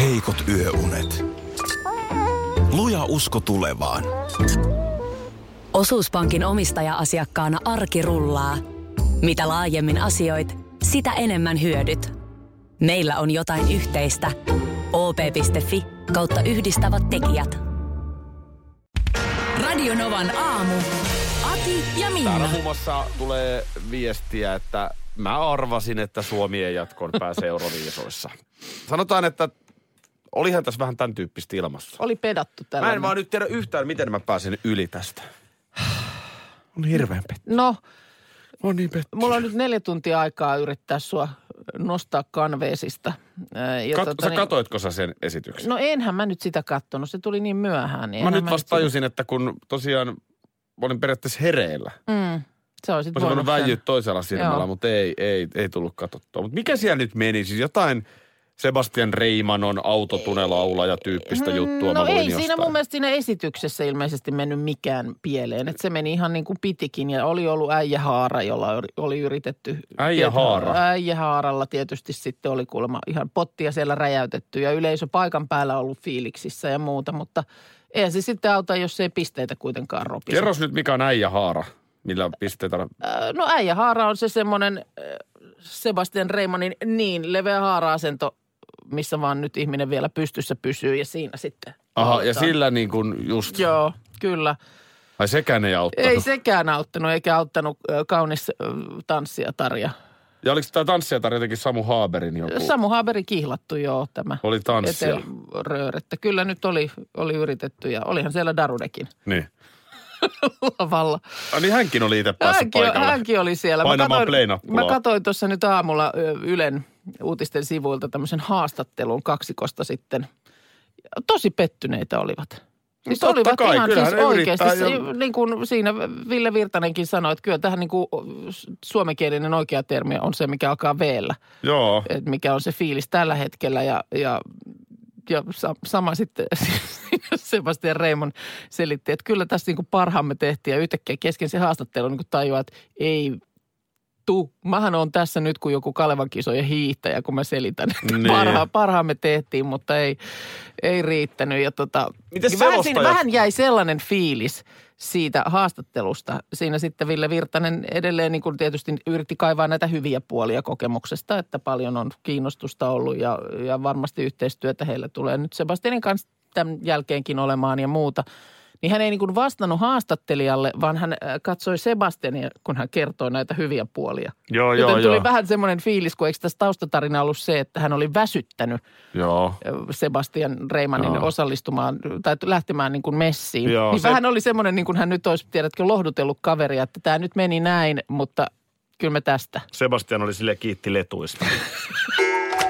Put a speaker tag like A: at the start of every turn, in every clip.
A: heikot yöunet. Luja usko tulevaan.
B: Osuuspankin omistaja-asiakkaana arki rullaa. Mitä laajemmin asioit, sitä enemmän hyödyt. Meillä on jotain yhteistä. op.fi kautta yhdistävät tekijät. Radionovan aamu. Ati ja
C: Täällä
B: Minna.
C: muun muassa tulee viestiä, että mä arvasin, että Suomi ei jatkoon pääse euroviisoissa. Sanotaan, että olihan tässä vähän tämän tyyppistä ilmassa.
D: Oli pedattu
C: Mä en
D: tällainen.
C: vaan nyt tiedä yhtään, miten mä pääsen yli tästä. On niin hirveän petty.
D: No,
C: On niin petty.
D: mulla on nyt neljä tuntia aikaa yrittää sua nostaa kanveesista. Ää, Ja
C: Kat-
D: tota
C: sä
D: niin-
C: katoitko sä sen esityksen?
D: No enhän mä nyt sitä kattonut, se tuli niin myöhään. Niin
C: mä
D: enhän
C: nyt vasta
D: sitä-
C: tajusin, että kun tosiaan olin periaatteessa hereillä. Mä
D: Mm, se olisit
C: olisin voinut
D: voinut sen.
C: väijyä toisella silmällä,
D: Joo.
C: mutta ei, ei, ei tullut katsottua. Mutta mikä siellä nyt meni? Siis jotain Sebastian Reimanon autotunelaulaja tyyppistä juttua.
D: No
C: mä luin
D: ei siinä
C: jostain.
D: mun mielestä siinä esityksessä ilmeisesti mennyt mikään pieleen. Että se meni ihan niin kuin pitikin ja oli ollut äijähaara, jolla oli- oli yritetty.
C: Äijähaara?
D: Äijähaaralla tietysti sitten oli kuulemma ihan pottia siellä räjäytetty ja yleisö paikan päällä ollut fiiliksissä ja muuta. Mutta eihän se sitten auta, jos ei pisteitä kuitenkaan ropisi.
C: Kerros nyt, mikä on äijähaara, millä pisteitä...
D: Äh, No äijähaara on se semmoinen äh, Sebastian Reimanin niin leveä haara-asento, missä vaan nyt ihminen vielä pystyssä pysyy ja siinä sitten.
C: Aha, ja
D: autetaan.
C: sillä niin kuin just...
D: Joo, kyllä.
C: Ai sekään ei auttanut.
D: Ei sekään auttanut, eikä auttanut ö, kaunis ö, tanssijatarja.
C: Ja oliko tämä tanssijatar jotenkin Samu Haaberin joku?
D: Samu Haaberi kihlattu joo tämä.
C: Oli tanssia.
D: Etelröörettä. Kyllä nyt oli, oli yritetty ja olihan siellä Darudekin
C: Niin.
D: lavalla.
C: Ai niin hänkin oli itse päässyt
D: Hänkin,
C: paikalle.
D: hänkin oli siellä.
C: Painamaan play
D: mä
C: nappulaa.
D: katsoin, mä katsoin tuossa nyt aamulla ö, Ylen uutisten sivuilta tämmöisen haastattelun kaksikosta sitten. Tosi pettyneitä olivat. Siis
C: No totta
D: olivat
C: kai,
D: ihan
C: kyllähän
D: siis
C: ne
D: oikeasti,
C: yrittää
D: se-
C: jo-
D: niin kuin siinä Ville Virtanenkin sanoi, että kyllä tähän niin kuin suomenkielinen oikea termi on se, mikä alkaa veellä
C: Joo.
D: että mikä on se fiilis tällä hetkellä ja, ja, ja sa, sama sitten Sebastian Reimon selitti, että kyllä tässä niinku parhaamme tehtiin ja yhtäkkiä kesken se haastattelu niinku tajuaa, että ei tuu. Mähän on tässä nyt kuin joku Kalevan kisojen hiihtäjä, kun mä selitän, että
C: Niin.
D: parha, parhaamme tehtiin, mutta ei, ei riittänyt. Ja tota,
C: Miten
D: niin vähän, siinä,
C: selostajat?
D: vähän jäi sellainen fiilis siitä haastattelusta. Siinä sitten Ville Virtanen edelleen niin kuin tietysti yritti kaivaa näitä hyviä puolia kokemuksesta, että paljon on kiinnostusta ollut ja, ja varmasti yhteistyötä heillä tulee nyt Sebastianin kanssa tämän jälkeenkin olemaan ja muuta. Niin hän ei niin kuin vastannut haastattelijalle, vaan hän äh, katsoi Sebastiania, kun hän kertoi näitä hyviä puolia.
C: No Joo,
D: Joten
C: joo,
D: tuli
C: joo.
D: vähän semmoinen fiilis, kun eikö tässä taustatarina ollut se, että hän oli väsyttänyt
C: Joo.
D: Sebastian Reimanin
C: Joo.
D: osallistumaan tai lähtemään niin kuin messiin.
C: Joo,
D: niin
C: se-
D: vähän oli semmoinen, niin kuin hän nyt olisi, tiedätkö, lohdutellut kaveria, että tämä nyt meni näin, mutta kyllä me tästä.
E: Sebastian oli sille kiitti letuista.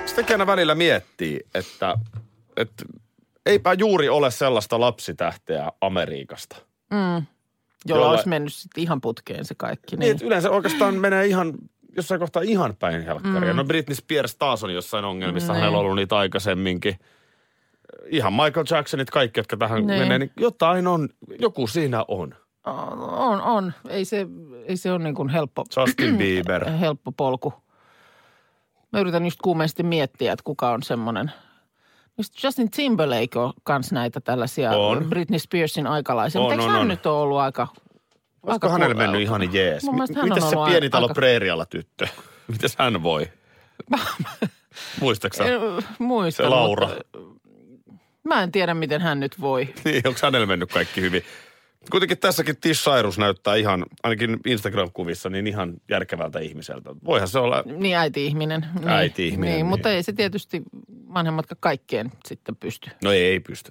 C: Sitäkin aina välillä miettii, että, että eipä juuri ole sellaista lapsitähteä Amerikasta. Niin,
D: Mm. Jolla
C: Jolla-
D: olisi mennyt sitten ihan putkeen se kaikki.
C: Niin,
D: Niin.
C: että yleensä oikeastaan menee ihan, jossain kohtaa ihan päin helkkaria.
D: Mm.
C: Mm. No Britney Spears taas on jossain ongelmissa,
D: Mm,
C: mm, hänellä on
D: niin.
C: ollut niitä aikaisemminkin. Ihan Michael Jacksonit, kaikki, jotka tähän
D: Niin.
C: niin. menee, niin jotain on, joku siinä on.
D: On, on. Ei se, ei se ole niin kuin helppo,
C: Justin Bieber.
D: helppo polku. Mä yritän just kuumeisesti miettiä, että kuka on semmoinen. Just Justin Timberlake on kans näitä tällaisia
C: On.
D: Britney Spearsin aikalaisia.
C: On,
D: Mutta eikö
C: on,
D: hän
C: on.
D: nyt ole ollut aika
C: Olisiko
D: Aika
C: hänellä
D: kuulella.
C: mennyt ihan jees?
D: Mun mielestä hän
C: Mitäs
D: on
C: se
D: ollut
C: pieni talo
D: aika-
C: preerialla tyttö? Mitäs hän voi? Muistaaksä?
D: En muista.
C: Se Laura.
D: mä en tiedä, miten hän nyt voi.
C: Niin, onko hänellä mennyt kaikki hyvin? Kuitenkin tässäkin Tish Cyrus näyttää ihan, ainakin Instagram-kuvissa, niin ihan järkevältä ihmiseltä. Voihan se olla,
D: Niin äiti-ihminen. Niin,
C: Äiti-ihminen,
D: Niin,
C: niin.
D: mutta ei se tietysti vanhemmatkaan kaikkeen sitten pysty.
C: no ei, ei pysty.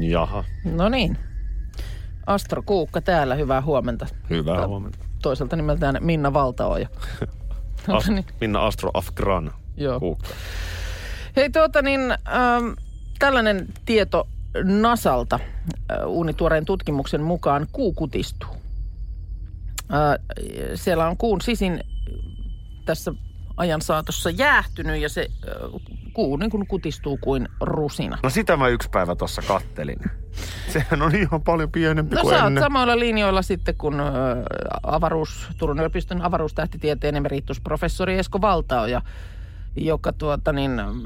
C: Jaha,
D: No niin. Astro Kuukka täällä, hyvää huomenta.
C: hyvää huomenta.
D: Toiselta nimeltään Minna Valtaoja.
C: As-
D: Tota niin,
C: Minna Astro Afgran.
D: Joo.
C: Kuukka.
D: Hei tuota niin, ähm, tällainen tieto Nasalta äh, uunituoreen tutkimuksen mukaan kuu kutistuu. Äh, siellä on kuun sisin tässä ajan saatossa jäähtynyt ja se äh, kuu niin kuin kutistuu kuin rusina.
E: No sitä mä yksi päivä tuossa kattelin. Sehän on ihan paljon pienempi
D: No
E: Niin kuin
D: sä oot
E: ennen.
D: samoilla linjoilla sitten, kun ö, avaruus, Turun yliopiston avaruustähtitieteen emeritusprofessori Esko Valtaoja joka tuota niin, mm,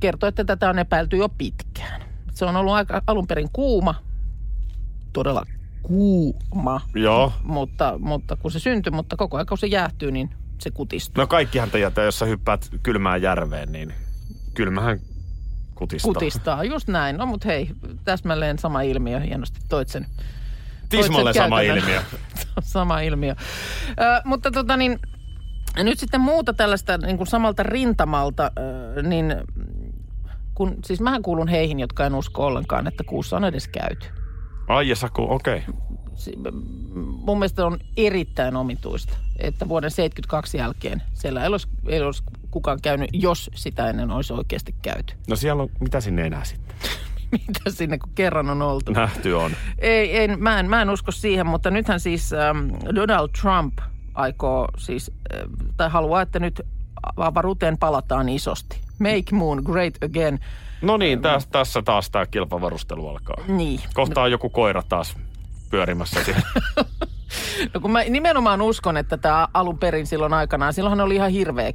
D: kertoi, että tätä on epäilty jo pitkään. Se on ollut aika, alun perin kuuma, todella kuuma,
C: Joo.
D: mutta, mutta kun se syntyy, mutta koko ajan kun se jäähtyy, niin se kutistuu.
E: No kaikkihan te jätä, jos sä hyppäät kylmään järveen, niin kylmähän kutistaa.
D: Kutistaa, just näin. No mut hei, täsmälleen sama ilmiö, hienosti toit sen
E: Tismalle
D: Toiset
E: sama
D: käytännön.
E: ilmiö.
D: sama ilmiö. Ö, mutta tota niin, nyt sitten muuta tällaista niin kuin samalta rintamalta, ö, niin kun, siis mähän kuulun heihin, jotka en usko ollenkaan, että kuussa on edes käyty.
E: Ai ja Saku, okei. Okay.
D: Si- m- Mun mielestä on erittäin omituista, että vuoden 72 jälkeen siellä ei olisi, ei olisi kukaan käynyt, jos sitä ennen olisi oikeasti käyty.
E: No siellä on, mitä sinne enää sitten?
D: Mitä sinne, kun kerran on oltu?
E: Nähty on.
D: Ei, ei mä, en, mä en usko siihen, mutta nythän siis äm, Donald Trump aikoo siis, äh, tai haluaa, että nyt avaruuteen palataan isosti. Make moon great again.
E: No niin, tässä, tässä taas tämä kilpavarustelu alkaa.
D: Niin.
E: Kohta on joku koira taas pyörimässä siellä.
D: No kun mä nimenomaan uskon, että tämä alun perin silloin aikanaan, silloinhan oli ihan hirveä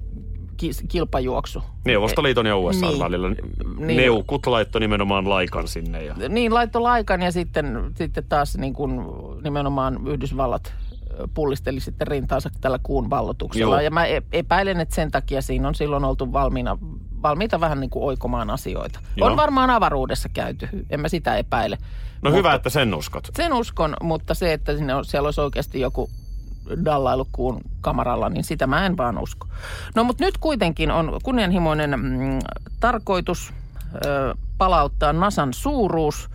D: ki- kilpajuoksu.
E: Neuvostoliiton ja USA
D: Niin.
E: niin. välillä.
D: Niin.
E: Niin. Neukut laittoi nimenomaan laikan sinne. Ja... No
D: Niin, laittoi laikan ja sitten, sitten taas niin kun nimenomaan Yhdysvallat ö, pullisteli sitten rintaansa tällä kuun vallotuksella.
E: Joo.
D: Ja mä e- epäilen, että sen takia siinä on silloin oltu valmiina, valmiita vähän niin kuin oikomaan asioita. Joo.
E: Joo.
D: On varmaan avaruudessa käyty, en mä sitä epäile.
E: No hyvä, että sen uskot.
D: Sen uskon, mutta se, että sinne on, siellä olisi oikeasti joku dallailu kuun kamaralla, niin sitä mä en vaan usko. No mutta nyt kuitenkin on kunnianhimoinen mm, tarkoitus ö, palauttaa Nasan suuruus.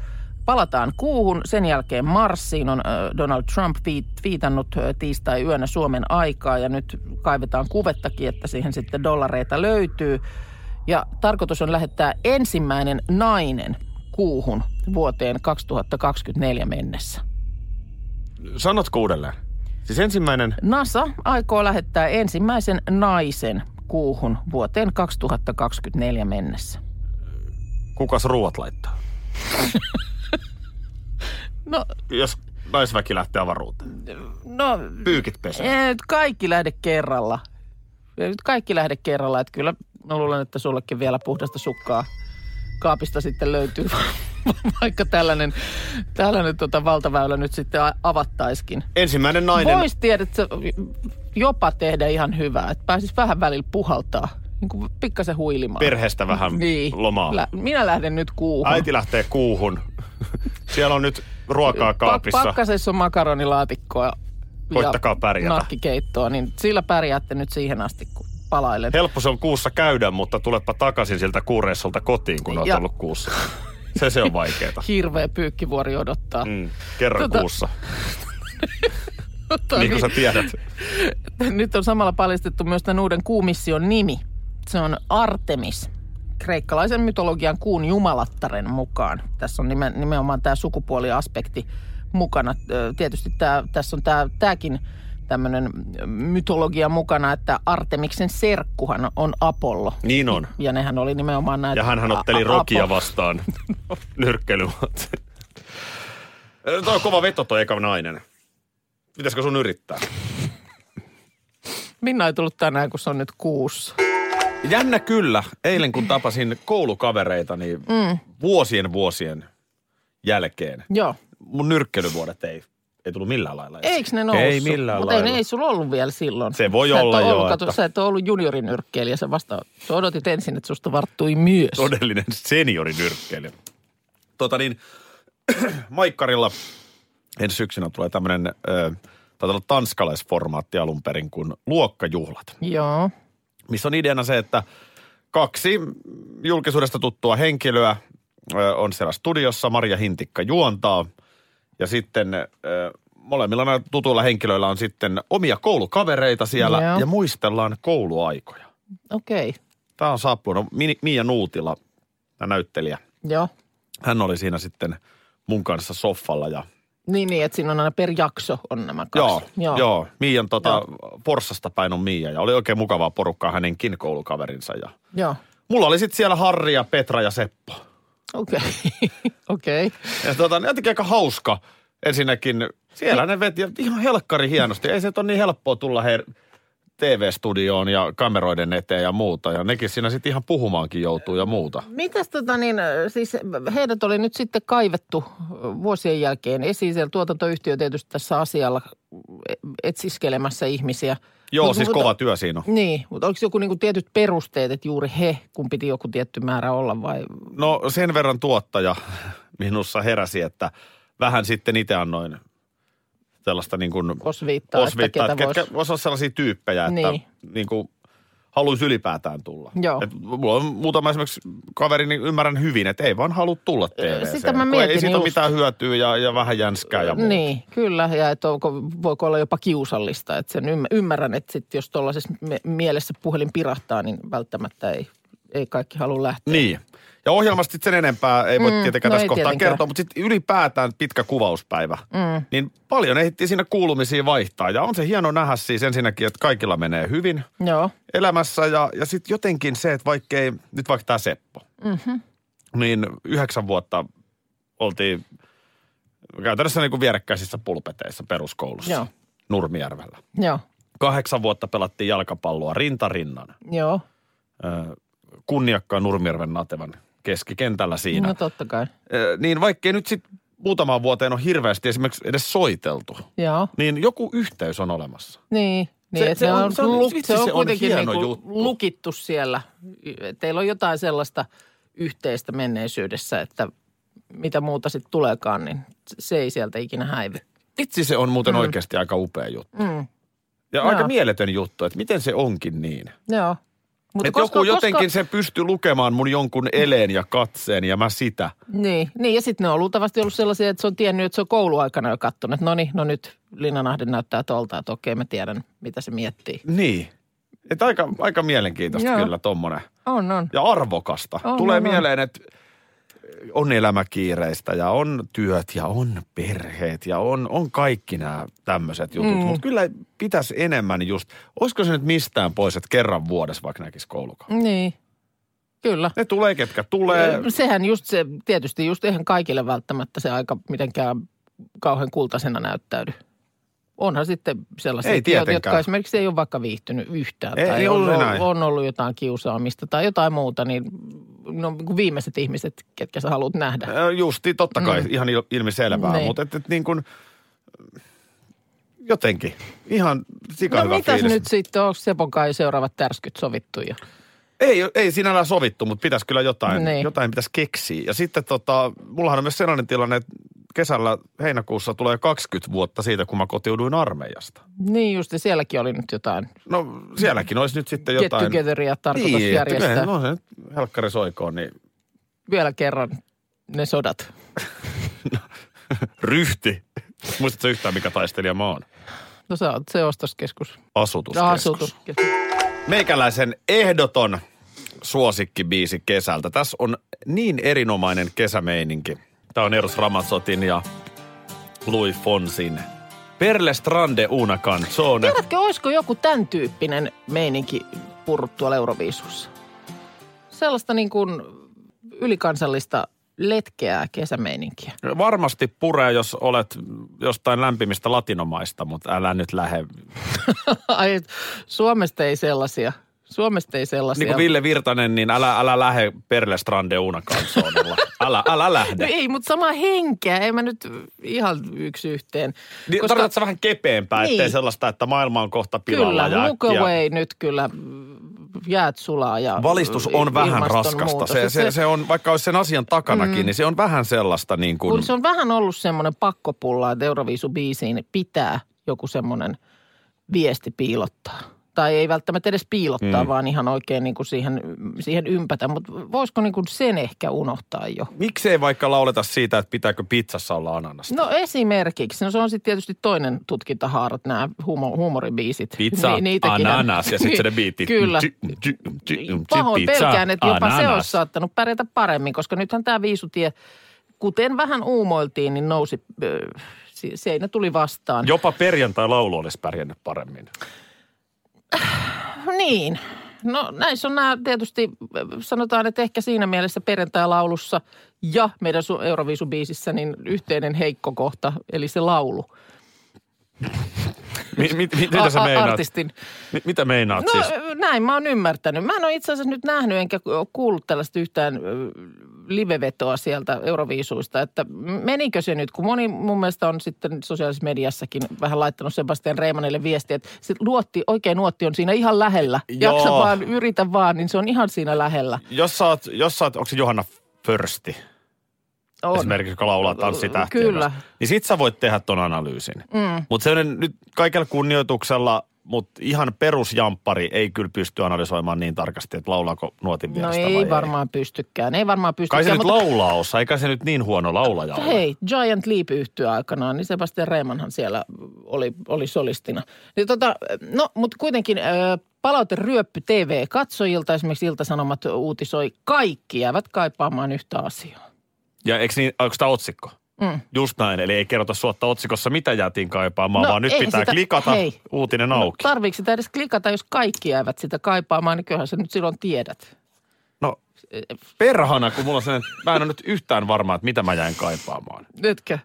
D: Palataan kuuhun, sen jälkeen Marsiin on ö, Donald Trump viit- viitannut ö, tiistai-yönä Suomen aikaa ja nyt kaivetaan kuvettakin, että siihen sitten dollareita löytyy. Ja tarkoitus on lähettää ensimmäinen nainen kuuhun vuoteen 2024 mennessä.
E: Sanotko uudelleen? Siis ensimmäinen,
D: NASA aikoo lähettää ensimmäisen naisen kuuhun vuoteen 2024 mennessä.
E: kukas ruuat laittaa?
D: No,
E: Jos naisväki lähtee avaruuteen.
D: no
E: Pyykit pesee.
D: ei nyt kaikki lähde kerralla. Ei nyt kaikki lähde kerralla, että kyllä mä luulen, että sullekin vielä puhdasta sukkaa kaapista sitten löytyy, vaikka tällainen, tällainen tota valtaväylä nyt sitten a- avattaiskin.
E: Ensimmäinen nainen.
D: Voisi tiedä, että jopa tehdä ihan hyvää, että pääsis vähän välillä puhaltaa, niin kuin pikkasen huilimaan.
E: Perheestä vähän
D: niin.
E: lomaa.
D: Lä- minä lähden nyt kuuhun.
E: Äiti lähtee kuuhun. Siellä on nyt ruokaa
D: Pak-
E: kaapissa.
D: pakkasessa on makaronilaatikkoa
E: Koittakaa pärjätä.
D: nakkikeittoa, niin sillä pärjäätte nyt siihen asti, kun palailen.
E: Helppo se on kuussa käydä, mutta tulepa takaisin sieltä kuureissolta kotiin, kun olet
D: Ja-
E: ollut kuussa. Se, se on vaikeeta.
D: Hirveä pyykkivuori odottaa. Mm.
E: Mm, kerran
D: Tota-
E: kuussa, niin kuin sä tiedät.
D: Nyt on samalla paljastettu myös tämän uuden kuumission nimi. Se on Artemis. Kreikkalaisen mytologian kuun jumalattaren mukaan. Tässä on nimen- nimenomaan tämä sukupuoliaspekti mukana. Ö, Tietysti tää, tässä on tää, tämäkin tämmöinen mytologia mukana, että Artemiksen serkkuhan on Apollo.
E: Niin on.
D: Ja nehän oli nimenomaan näitä...
E: Ja hän
D: a-
E: otteli
D: a-
E: rokia
D: Apo-
E: vastaan nyrkkeilymaat. Toi on kova veto toi eka nainen. Pitäisikö sun yrittää?
D: Minna ei tullut tänään, kun se on nyt kuussa.
C: Jännä kyllä. Eilen kun tapasin koulukavereita, niin mm. vuosien vuosien jälkeen
D: Joo.
C: mun nyrkkeilyvuodet ei, ei tullut millään lailla esiin.
D: Eikö ne noussut?
C: Ei millään
D: Mutta ei, ne
C: lailla.
D: ei sulla ollut vielä silloin.
C: Se voi
D: sä et
C: olla
D: oo
C: joo,
D: Ollut, kato,
C: että-
D: Sä et ole ollut juniorinyrkkeilijä, sä vasta sä odotit ensin, että susta varttui myös.
E: Todellinen seniorinyrkkeilijä.
C: Tota niin, Maikkarilla ensi syksynä tulee tämmöinen, äh, taitaa olla tanskalaisformaatti alun perin kuin luokkajuhlat.
D: Joo.
C: missä on ideana se, että kaksi julkisuudesta tuttua henkilöä ö, on siellä studiossa. Marja Hintikka juontaa ja sitten ö, molemmilla näillä tutuilla henkilöillä on sitten omia koulukavereita siellä
D: Joo.
C: ja muistellaan kouluaikoja.
D: Okei. Okay.
C: Tämä on saapunut Mi- Miia Nuutila, tämä näyttelijä.
D: Joo.
C: Hän oli siinä sitten mun kanssa soffalla ja
D: Niin, niin, että siinä on aina per jakso on nämä
C: Joo,
D: kaksi.
C: joo. joo. Miian tota, Porssasta päin on Miia ja oli oikein mukavaa porukkaa hänenkin koulukaverinsa. Ja...
D: Joo.
C: Mulla oli sitten siellä Harri ja Petra ja Seppo.
D: Okei. Okei.
C: Ja tota, ne jotenkin aika hauska ensinnäkin. Siellä ne veti ja ihan helkkari hienosti. Ei se nyt ole niin helppoa tulla her... TV-studioon ja kameroiden eteen ja muuta. Ja nekin siinä sitten ihan puhumaankin joutuu ja muuta.
D: Mitäs tota niin, siis heidät oli nyt sitten kaivettu vuosien jälkeen esiin. Siellä tuotantoyhtiö tietysti tässä asialla etsiskelemässä ihmisiä.
C: Joo,
D: Mut-
C: siis
D: No, mutta-
C: kova työ siinä on.
D: Niin, mutta oliko joku niinku tietyt perusteet, että juuri he, kun piti joku tietty määrä olla vai?
C: No sen verran tuottaja minussa heräsi, että vähän sitten itse annoin sellaista niin kuin
D: Osviittaa, että ketä
C: että ketkä
D: vois.
C: vois olla sellaisia tyyppejä, että
D: Niin.
C: niin. niin kuin haluaisi ylipäätään tulla.
D: Joo.
C: Et mulla on muutama esimerkiksi kaveri, niin ymmärrän hyvin, että ei vaan halua tulla tv
D: sitä mä mietin
C: Ei siitä ole
D: just.
C: mitään hyötyä ja, ja vähän jänskää ja muuta.
D: Niin, kyllä. Ja että onko, voiko olla jopa kiusallista. Että sen ymmär- ymmärrän, että sit jos tuollaisessa me- mielessä puhelin pirahtaa, niin välttämättä ei, ei kaikki halua lähteä.
C: Niin. Ja ohjelmasta sit sen enempää ei voi
D: Mm,
C: mm, tietenkään no
D: no
C: tässä
D: ei
C: kohtaa
D: tietenkään.
C: kertoa, mutta sitten ylipäätään pitkä kuvauspäivä.
D: Mm.
C: Niin paljon ehittiin siinä kuulumisia vaihtaa ja on se hieno nähdä siis ensinnäkin, että kaikilla menee hyvin
D: Joo,
C: elämässä ja, ja sitten jotenkin se, että vaikkei, nyt vaikka tämä Seppo,
D: Mhm.
C: niin yhdeksän vuotta oltiin käytännössä niin kuin vierekkäisissä pulpeteissa peruskoulussa
D: Joo.
C: Nurmijärvellä.
D: joo,
C: Kahdeksan vuotta pelattiin jalkapalloa rintarinnan
D: joo. No
C: kunniakkaan Nurmijärven natevan keskikentällä siinä.
D: No totta kai.
C: Ö, niin vaikkei nyt sitten muutamaan vuoteen on hirveästi esimerkiksi edes soiteltu,
D: Joo,
C: niin joku yhteys on olemassa.
D: niin. Niin,
C: Se-
D: että
C: se
D: ne
C: on- se on-
D: luk-
C: vitsi,
D: se on
C: se on
D: kuitenkin
C: hieno
D: niinku
C: juttu.
D: lukittu siellä. Teillä on jotain sellaista yhteistä menneisyydessä, että mitä muuta sitten tuleekaan, niin se ei sieltä ikinä häivy.
C: Itse se on muuten mm. oikeasti aika upea juttu.
D: Mm.
C: Ja
D: Joo.
C: no. aika mieletön juttu, että miten se onkin niin.
D: Joo. Mutta
C: Että joku jotenkin se pystyy lukemaan mun jonkun eleen ja katseen ja mä sitä.
D: Niin, niin ja sitten ne on luultavasti ollut sellaisia, että se on tiennyt, että se on kouluaikana jo kattonut, että no niin, no nyt Linnanahde näyttää tolta, että okei mä tiedän, mitä se miettii.
C: Niin. Että aika, aika mielenkiintoista
D: Joo.
C: Joo. kyllä tommonen.
D: On, on.
C: Ja arvokasta.
D: On,
C: On, Tulee
D: on,
C: on,
D: on.
C: mieleen, että on elämä kiireistä ja on työt ja on perheet ja on, on kaikki nämä tämmöiset jutut.
D: Mm.
C: Mm. Mutta kyllä pitäisi enemmän just, olisiko se nyt mistään pois, että kerran vuodessa vaikka näkisi koulukaan.
D: Niin, kyllä.
C: Ne tulee, ketkä tulee.
D: no Sehän just se, tietysti just eihän kaikille välttämättä se aika mitenkään kauhean kultaisena näyttäydy. Onhan sitten sellaisia,
C: Ei
D: jo- jotka
C: tietenkään.
D: esimerkiksi ei ole vaikka viihtynyt yhtään
C: Ei-
D: tai
C: ei
D: on,
C: ollut
D: on,
C: näin.
D: on ollut jotain kiusaamista tai jotain muuta, niin no, kun viimeiset ihmiset, ketkä sä haluat nähdä. No
C: Ö, Justi, totta kai,
D: Mm.
C: mm. ihan il- ilmiselvää,
D: Niin.
C: mutta et, et niin kuin, jotenkin, ihan sikahyvä
D: No mitäs
C: fiilis.
D: nyt sitten, onko Sepon kai seuraavat tärskyt sovittu jo?
C: Ei, ei sinällään sovittu, mutta pitäisi kyllä jotain,
D: Niin.
C: niin. jotain pitäisi keksiä. Ja sitten tota, mullahan on myös sellainen tilanne, että kesällä heinäkuussa tulee 20 vuotta siitä, kun mä kotiuduin armeijasta.
D: Niin just, ja sielläkin oli nyt jotain
C: No sielläkin olisi nyt sitten
D: get
C: jotain...
D: togetheria tarkoitus
C: Niin,
D: niin,
C: että
D: järjestää.
C: kyllä, no se nyt helkkari soikoon, niin
D: Vielä kerran ne sodat.
C: ryhti. Muistatko yhtään, mikä taistelija mä oon?
D: No sä oot se ostoskeskus.
C: Asutuskeskus.
D: Asutuskeskus.
C: Meikäläisen ehdoton suosikkibiisi kesältä. Tässä on niin erinomainen kesämeininki. Tämä on Eros Ramazzotin ja Louis Fonsin Perle Strande una canzone.
D: Tiedätkö, olisiko joku tämän tyyppinen meininki purrut tuolla Euroviisussa? Sellaista niin kuin ylikansallista letkeää kesämeininkiä.
C: Varmasti puree, jos olet jostain lämpimistä latinomaista, mutta älä nyt Niin lähde.
D: Ai, et Suomesta ei sellaisia. Suomesta ei sellaisia.
C: Niin kuin Ville Virtanen, niin älä, älä lähde Perle Strande una canzonella. Älä, älä
D: No
C: lähde.
D: ei, mutta sama henkeä. En mä nyt ihan yksi yhteen.
C: Niin,
D: Koska-
C: koska... Tarkoitatko vähän kepeämpää, ettei
D: Niin.
C: sellaista, että maailma on kohta pilalla
D: Kyllä,
C: ja
D: look
C: äkkiä-
D: away nyt kyllä. Jäät sulaa ja
C: Valistus on vähän raskasta.
D: Äh, ilmastonmuutos. Siis
C: Se,
D: Et
C: se, se on, vaikka olisi sen asian takanakin, mm. niin se on vähän sellaista niin
D: kun
C: kuin...
D: se on vähän ollut semmoinen pakkopulla, että Euroviisubiisiin pitää joku semmoinen viesti piilottaa. Tai ei välttämättä edes piilottaa, mm. vaan ihan oikein niin kuin siihen, siihen ympätä. Mutta voisiko niin kuin sen ehkä unohtaa jo?
C: Miksei vaikka lauleta siitä, että pitääkö pizzassa olla ananasta?
D: No esimerkiksi. No se on sitten tietysti toinen tutkintahaarat, nämä humo, huumoribiisit.
C: Pizza,
D: niitäkin-
C: ananas ja sitten ne biitit.
D: Kyllä.
C: Ty- ty- ty- ty-
D: Niin, Pahoin
C: pizza,
D: pelkään, että jopa se
C: ananas.
D: olisi saattanut pärjätä paremmin, koska nythän tämä viisutie, kuten vähän uumoiltiin, niin nousi, ö, si- seinä tuli vastaan.
E: Jopa perjantai-laulu olisi pärjännyt paremmin.
D: Niin. No näissä on nämä tietysti, ö, sanotaan, että ehkä siinä mielessä perjantai-laulussa ja meidän su- Euroviisubiisissä niin yhteinen heikko kohta, eli se laulu.
C: Mi- mit- mit- mitä sä
D: A- a-
C: meinaat?
D: Artistin.
C: Mi- mitä meinaat
D: No
C: siis?
D: näin mä oon ymmärtänyt. Mä en ole itse asiassa nyt nähnyt enkä ole kuullut tällaista yhtään ö, livevetoa sieltä Euroviisuista. Että menikö se nyt, kun moni mun mielestä on sitten sosiaalisessa mediassakin vähän laittanut Sebastian Reimanille viestiä, että se luotti, oikein nuotti on siinä ihan lähellä.
F: Joo.
D: Jaksa vaan, yritä vaan, niin se on ihan siinä lähellä.
F: Jos sä oot, jos sä oot onko se Johanna Försti
D: On.
F: esimerkiksi, joka laulaa tanssitähtiä?
D: Kyllä.
F: myös, Niin sit sä voit tehdä ton analyysin. Mm. Mutta sellainen nyt kaikella kunnioituksella, mutta ihan perusjamppari ei kyllä pysty analysoimaan niin tarkasti, että laulaako nuotin
D: No
F: vierestä vai
D: ei varmaan pystykään, ei varmaan
F: Kai
D: pystykään.
F: se nyt
D: mutta-
F: laulaa osaa, eikä se nyt niin huono laulaja ole.
D: Hei, Giant Leap yhtyä aikanaan, niin Sebastian Reimanhan siellä oli, oli solistina. Niin tota, no, mutta kuitenkin ö, palaute ryöppy TV-katsojilta, esimerkiksi Iltasanomat uutisoi, kaikki jäävät kaipaamaan yhtä asiaa.
C: Ja eikö niin, onko tämä otsikko?
D: Mm.
C: Just näin, eli ei kerrota suotta otsikossa, mitä jäätiin kaipaamaan,
D: No,
C: no, vaan nyt
D: ei
C: pitää
D: sitä-
C: sitä, klikata
D: hei.
C: hei. uutinen auki. No,
D: Tarviiko sitä edes klikata, jos kaikki jäävät sitä kaipaamaan, niin kyllähän sä nyt silloin tiedät.
C: no perhana, kun mulla on sen, mä en ole nyt yhtään varma, että mitä mä jäin kaipaamaan.
D: Nytkö?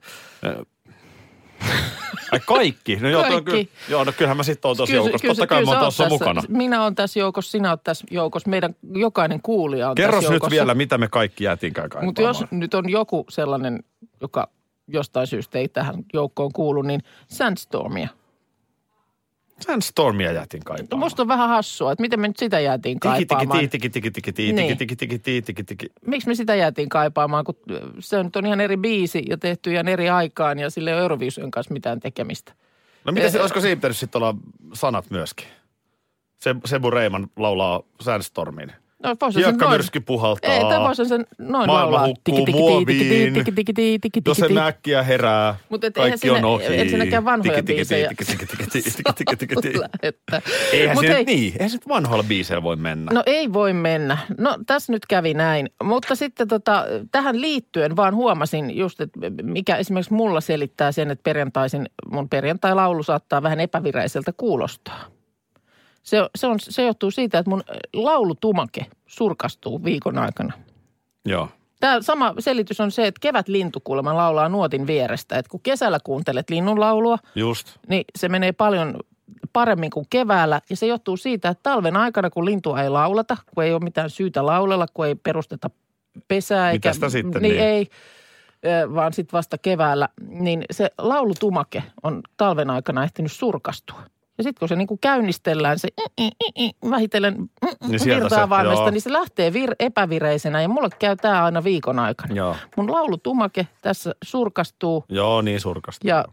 C: Ai kaikki? No joo,
D: Kaikki.
C: kaikki. Kyllä, joo no kyllähän mä sitten oon tossa joukossa. Totta
D: sä-
C: kai mä
D: sä
C: oon
D: oot
C: tossa
D: tässä-
C: mukana.
D: Minä oon tässä joukossa, sinä oot tässä joukossa, meidän jokainen kuulija on
C: Kerros
D: tässä
C: nyt
D: joukossa.
C: vielä, mitä me kaikki jäätiinkään kaipaamaan.
D: Mutta jos nyt on joku sellainen, joka jostain syystä ei tähän joukkoon kuulu, niin Sandstormia.
C: Sandstormia jäätiin
D: No
C: kaipaamaan.
D: musta on vähän hassua, että miten me nyt sitä jäätiin
C: Tiki, tiki,
D: kaipaamaan.
C: tii, tiki, tiki, tiki, tii, tiki,
D: Niin.
C: tiki, tiki, tii, tiki, tiki.
D: Miksi me sitä jäätiin kaipaamaan, kun se nyt on ihan eri biisi ja tehty ihan eri aikaan ja sille ei ole Eurovision kanssa mitään tekemistä.
C: No mitä se,
D: Eh,
C: olisiko siinä pitänyt sitten olla sanat myöskin? Se, Sebu Reiman laulaa Sandstormin.
D: No voisin sen noin.
C: Hiekkamyrsky puhaltaa.
D: Ei, tai voisin sen noin
C: Maailma
D: laulaa.
C: hukkuu muoviin. Jos en äkkiä herää,
D: Mut et eihän
C: kaikki on
D: siinä-
C: ohi.
D: ensinnäkään vanhoja
C: Tiki, tiki,
D: biisejä.
C: tiki, tiki, tiki, tiki, tiki, tiki, tiki, tiki.
D: Että.
C: Eihän
D: Mut
C: se
D: hei,
C: nyt niin, eihän se nyt vanhalla biisellä voi mennä.
D: No ei voi mennä. No tässä nyt kävi näin. Mutta sitten tota, tähän liittyen vaan huomasin just, että mikä esimerkiksi mulla selittää sen, että perjantaisin mun perjantai-laulu saattaa vähän epäviräiseltä kuulostaa. Se, se, on, se johtuu siitä, että mun laulutumake surkastuu viikon aikana.
C: Joo.
D: Tämä sama selitys on se, että kevät lintu kuulemma laulaa nuotin vierestä. Että kun kesällä kuuntelet linnun laulua,
C: Just.
D: niin se menee paljon paremmin kuin keväällä. Ja se johtuu siitä, että talven aikana, kun lintua ei laulata, kun ei ole mitään syytä laulella, kun ei perusteta pesää.
C: Mitä sitä sitten,
D: Niin,
C: niin?
D: ei, ö, vaan sitten vasta keväällä. Niin se laulutumake on talven aikana ehtinyt surkastua. Ja sitten kun se niinku käynnistellään, se i- i- i- i- vähitellen mm,
C: Niin
D: mm,
C: sieltä
D: virtaa
C: se,
D: varmesta,
C: joo.
D: niin se lähtee vir- epävireisenä. Ja mulle käy tämä aina viikon aikana.
C: Joo.
D: Mun laulutumake tässä surkastuu
C: Joo, niin surkasta.
D: ja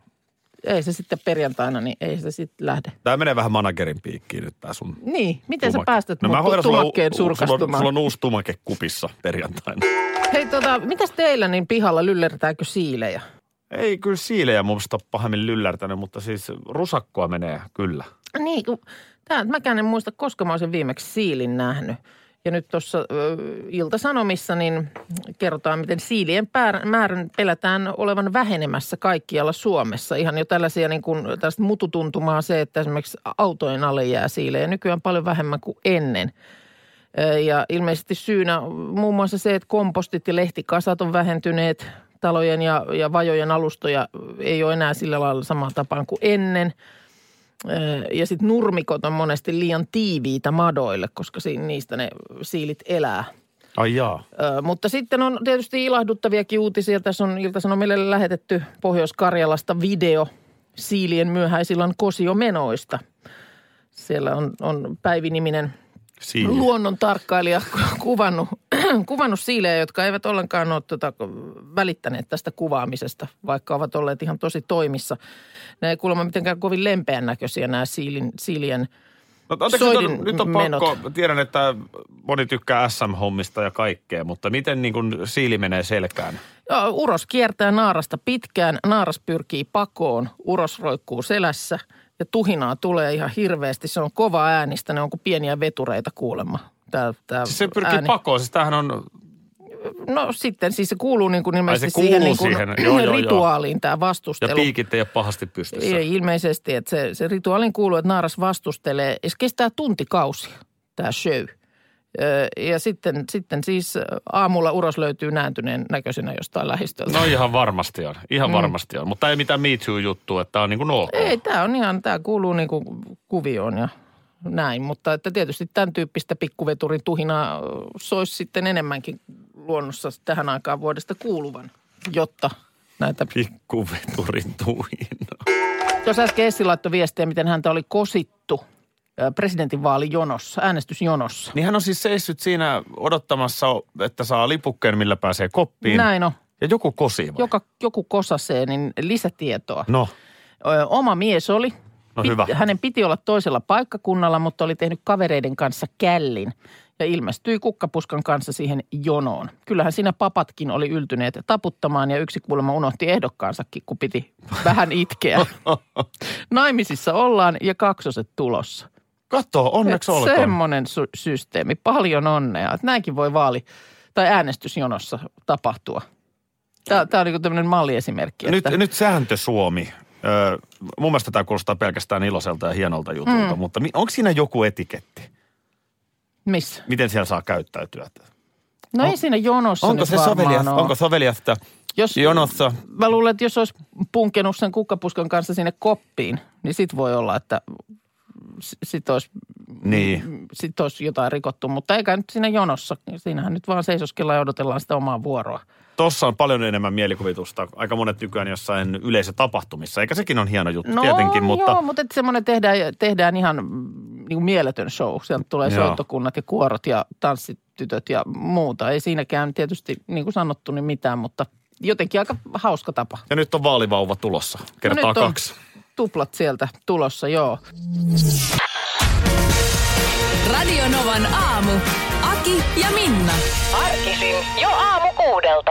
D: ei se sitten perjantaina, niin ei se sitten lähde.
C: Tämä menee vähän managerin piikkiin nyt tää sun
D: Niin, miten sä
C: tumake.
D: päästät no,
C: mä
D: mut
C: hoidan sulla
D: tumakkeen
C: u- u- Sulla,
D: surkastumaan?
C: sulla on uusi tumake kupissa perjantaina.
D: Hei tota, mitäs teillä niin pihalla lyllertääkö siilejä?
C: Ei kyllä siilejä mun mielestä ole pahemmin lyllärtänyt, mutta siis rusakkoa menee kyllä.
D: Niin, kun, tää, mäkään en muista, koska mä oon sen viimeksi siilin nähnyt. Ja nyt tuossa ö, Ilta-Sanomissa niin kerrotaan, miten siilien päär- määrän pelätään olevan vähenemässä kaikkialla Suomessa. Ihan jo tällaisia niin kuin, tällaista mututuntumaa se, että esimerkiksi autojen alle jää siilejä nykyään paljon vähemmän kuin ennen. Ö, Ja ilmeisesti syynä on muun muassa se, että kompostit ja lehtikasat on vähentyneet. Talojen ja, ja vajojen alustoja ei ole enää sillä lailla samaan tapaan kuin ennen. Öö, Ja sitten nurmikot on monesti liian tiiviitä madoille, koska si- niistä ne siilit elää.
C: Ai jaa.
D: Öö, Mutta sitten on tietysti ilahduttaviakin uutisia. Tässä on Ilta-Sanomille lähetetty Pohjois-Karjalasta video siilien myöhäisillan kosiomenoista. Siellä on, on Päivi-niminen
C: Siili.
D: luonnontarkkailija kuvannut, kuvannut siilejä, jotka eivät ollenkaan ole tota, välittäneet tästä kuvaamisesta, vaikka ovat olleet ihan tosi toimissa. Ne ei kuulemma mitenkään kovin lempeän näköisiä nämä siilin, siilien
C: No, anteeksi, nyt on,
D: Soidin
C: nyt on
D: menot.
C: pakko, tiedän, että moni tykkää SM-hommista ja kaikkea, mutta miten niin kuin siili menee selkään?
D: Joo, Uros kiertää naarasta pitkään, naaras pyrkii pakoon, uros roikkuu selässä ja tuhinaa tulee ihan hirveästi. Se on kova äänistä, ne on kuin pieniä vetureita kuulemma. Tää, tää
C: Siis se pyrkii pakoon, siis tämähän on,
D: No sitten, siis se kuuluu niin kuin ilmeisesti
C: kuuluu
D: siihen, niin kuin
C: siihen. Joo, joo, joo.
D: rituaaliin tämä
C: ja
D: vastustelu.
C: piikit ei ole pahasti pystyssä.
D: Ei, ilmeisesti, että se, se rituaalin kuuluu, että naaras vastustelee. Ja se kestää tuntikausia, tämä show. Ö, Ja sitten, sitten siis aamulla uros löytyy nääntyneen näköisenä jostain lähistöltä.
C: No ihan varmasti on, ihan mm. varmasti on. Mutta ei mitään Me Too-juttua, että tämä on niin kuin ok.
D: Ei, tämä on ihan, tämä kuuluu niinku kuvioon ja näin, mutta että tietysti tämän tyyppistä pikkuveturin tuhinaa ö, soisi sitten enemmänkin luonnossa tähän aikaan vuodesta kuuluvan, jotta näitä...
C: Pikkuveturin tuina.
D: Jos äsken Essi laittoi viestiä, miten häntä oli kosittu ö, presidentinvaalijonossa, äänestysjonossa.
C: Niin hän on siis seissyt siinä odottamassa, että saa lipukkeen, millä pääsee koppiin.
D: Näin on.
C: Ja joku kosi vai?
D: Joka, joku kosasee, niin lisätietoa.
C: No,
D: Ö, Oma mies oli.
C: No hyvä.
D: Hänen piti olla toisella paikkakunnalla, mutta oli tehnyt kavereiden kanssa källin ja ilmestyi kukkapuskan kanssa siihen jonoon. Kyllähän siinä papatkin oli yltyneet taputtamaan ja yksi kuulemma unohti ehdokkaansakin, kun piti vähän itkeä. Naimisissa ollaan ja kaksoset tulossa.
C: kato, onneksi
D: Et
C: olkoon.
D: Semmoinen sy- systeemi. Paljon onnea. Et näinkin voi vaali- tai äänestysjonossa tapahtua. Tämä, tämä on niin tämmöinen malliesimerkki.
C: Nyt,
D: että-
C: nyt sääntö Suomi. Öö, mun mielestä tämä kuulostaa pelkästään iloiselta ja hienolta jutulta, mm. mutta mi- onko siinä joku etiketti?
D: Missä?
C: Miten siellä saa käyttäytyä?
D: No ei siinä jonossa
C: Onko
D: nyt
C: se
D: varmaan
C: soveliasta?
D: ole.
C: Onko soveliasta?
D: Jos-
C: Jonossa.
D: Mä luulen, että jos olisi punkenut sen kukkapuskan kanssa sinne koppiin, niin sit voi olla, että s- sit olisi, Mm,
C: Niin.
D: sit olisi jotain rikottu. Mutta eikä nyt siinä jonossa. Siinähän nyt vaan seisoskellaan ja odotellaan sitä omaa vuoroa.
C: Tossa on paljon enemmän mielikuvitusta. Aika monet nykyään jossain yleisötapahtumissa, eikä sekin on hieno juttu
D: No
C: tietenkin, mutta
D: joo, mutta et semmoinen tehdään, tehdään ihan mm, niin kuin mieletön show. Sieltä tulee
C: Joo.
D: joo. soittokunnat ja kuorot ja tanssitytöt ja muuta. Ei siinäkään tietysti, niin kuin sanottu, niin mitään, mutta jotenkin aika hauska tapa. No
C: ja nyt on vaalivauva tulossa, kertaa
D: nyt on
C: kaksi.
D: Tuplat sieltä tulossa, joo.
G: Radio Novan aamu. Aki ja Minna.
H: Arkisin jo aamu kuudelta.